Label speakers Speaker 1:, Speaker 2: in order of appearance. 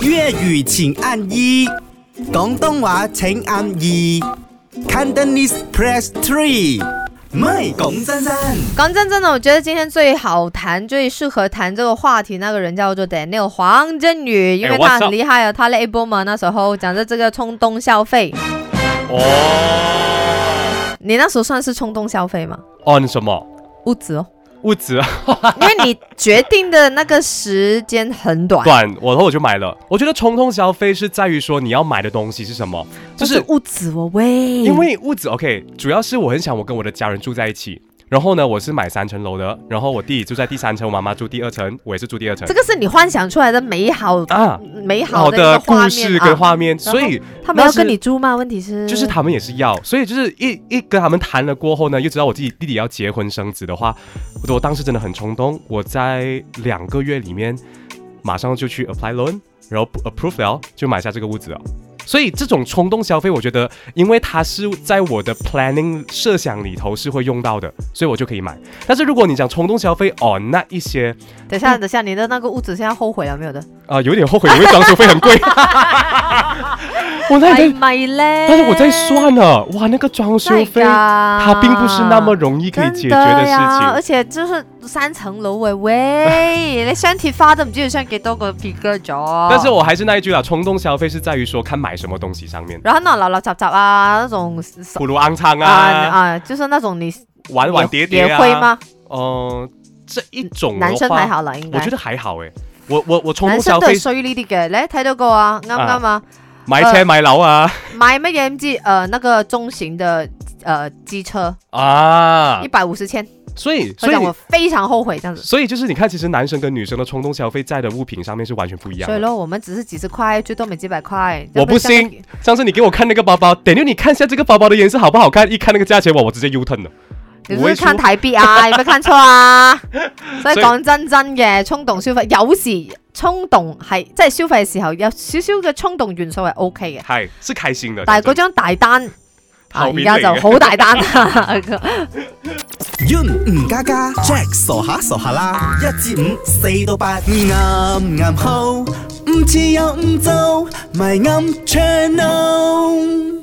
Speaker 1: 粤语请按一，广东话请按二，Cantonese press three。唔系讲真真，
Speaker 2: 讲真真的，我觉得今天最好谈、最适合谈这个话题那个人叫做 Daniel 黄振宇，因为他
Speaker 3: what's
Speaker 2: 很
Speaker 3: up？
Speaker 2: 厉害啊，他在 Able 嘛那时候讲的这个冲动消费，
Speaker 3: 哦，
Speaker 2: 你那时候算是冲动消费吗？
Speaker 3: 按什么？
Speaker 2: 物质哦，
Speaker 3: 物质
Speaker 2: 因为你决定的那个时间很 短，
Speaker 3: 短，我然后我就买了。我觉得冲动消费是在于说你要买的东西是什么，就
Speaker 2: 但
Speaker 3: 是
Speaker 2: 物质哦喂，
Speaker 3: 因为物质 OK，主要是我很想我跟我的家人住在一起。然后呢，我是买三层楼的，然后我弟住在第三层，我妈妈住第二层，我也是住第二层
Speaker 2: 这。个是你幻想出来的美好、
Speaker 3: 啊，
Speaker 2: 美
Speaker 3: 好
Speaker 2: 好的一
Speaker 3: 的
Speaker 2: 个画
Speaker 3: 故
Speaker 2: 面
Speaker 3: 事跟
Speaker 2: 啊，
Speaker 3: 画面，
Speaker 2: 然后
Speaker 3: 所以
Speaker 2: 他们要
Speaker 3: 那是
Speaker 2: 跟你住吗？问题是
Speaker 3: 就是他们也是要，所以就是一一跟他们谈了过后呢，又知道我自己弟弟要结婚生子的话，我我当时真的很冲动，我在两个月里面马上就去 apply loan，然后 approve 了就买下这个屋子了。所以这种冲动消费，我觉得，因为它是在我的 planning 设想里头是会用到的，所以我就可以买。但是如果你讲冲动消费哦，那一些
Speaker 2: 等一下等一下，你的那个物质现在后悔了没有的？
Speaker 3: 啊、有点后悔，因为装修费很贵。我那
Speaker 2: 哎 Oh
Speaker 3: 个，
Speaker 2: 买嘞，
Speaker 3: 但是我在算了，哇，那个装修费
Speaker 2: 它
Speaker 3: 它并不是那么容易可以解决的事
Speaker 2: 而
Speaker 3: 情。
Speaker 2: 且就是三層樓喂 喂，你雙鐵花都唔知要雙幾多個 figure 咗。
Speaker 3: 但是我还是那一句啦，冲动消费是在于说看买什么东西上面，
Speaker 2: 然後那種垃垃雜雜啊，那種
Speaker 3: 普鲁昂仓
Speaker 2: 啊
Speaker 3: 啊，
Speaker 2: 啊，就是那種你
Speaker 3: 玩玩叠叠
Speaker 2: 也
Speaker 3: 啊。
Speaker 2: 會嗎？
Speaker 3: 嗯、这一种
Speaker 2: 男
Speaker 3: 的
Speaker 2: 生
Speaker 3: 话
Speaker 2: 還，好啦，應該。
Speaker 3: 我觉得还好诶、我我我冲
Speaker 2: 男
Speaker 3: 动
Speaker 2: 生
Speaker 3: 消
Speaker 2: 都
Speaker 3: 费
Speaker 2: 係衰呢啲嘅，你睇到過啊？啱唔啱啊？
Speaker 3: 买车
Speaker 2: 呃
Speaker 3: 买楼啊
Speaker 2: 買乜嘢唔知？呃，那個中型的呃機車，
Speaker 3: 啊
Speaker 2: 一，百五十千，
Speaker 3: 所以
Speaker 2: 所
Speaker 3: 所
Speaker 2: 以我
Speaker 3: 以
Speaker 2: 非常后悔這樣子。
Speaker 3: 所以就是你看，其实男生跟女生的冲动消费在的物品上面是完全不一样
Speaker 2: 所以
Speaker 3: 的。
Speaker 2: 咯，我們只是幾十塊，最多咪幾百塊。
Speaker 3: 我不
Speaker 2: 像
Speaker 3: 信，上次你给我看那个包包，等于你看一下这个包包的颜色好不好看，一看那个价钱，哇，我直接 U turn 了。
Speaker 2: 你
Speaker 3: 我
Speaker 2: 都
Speaker 3: 會
Speaker 2: 看
Speaker 3: 輸
Speaker 2: 台幣啊，有冇看錯啊？ 所以
Speaker 3: 所以
Speaker 2: 講真真嘅，衝動消費有時衝動係即係消費嘅時候有少少嘅衝動元素係 O K 嘅，
Speaker 3: 嗨，是开心的。
Speaker 2: 但係
Speaker 3: 講真
Speaker 2: 嗰張大單啊，
Speaker 3: 後
Speaker 2: 而
Speaker 3: 面
Speaker 2: 家
Speaker 3: 嚟嘅
Speaker 2: 就好大單啊！
Speaker 1: Yun 吴家家，Jack 傻下傻下啦，一至五，四到八，啱啱好，唔似又唔做，咪啱 channel。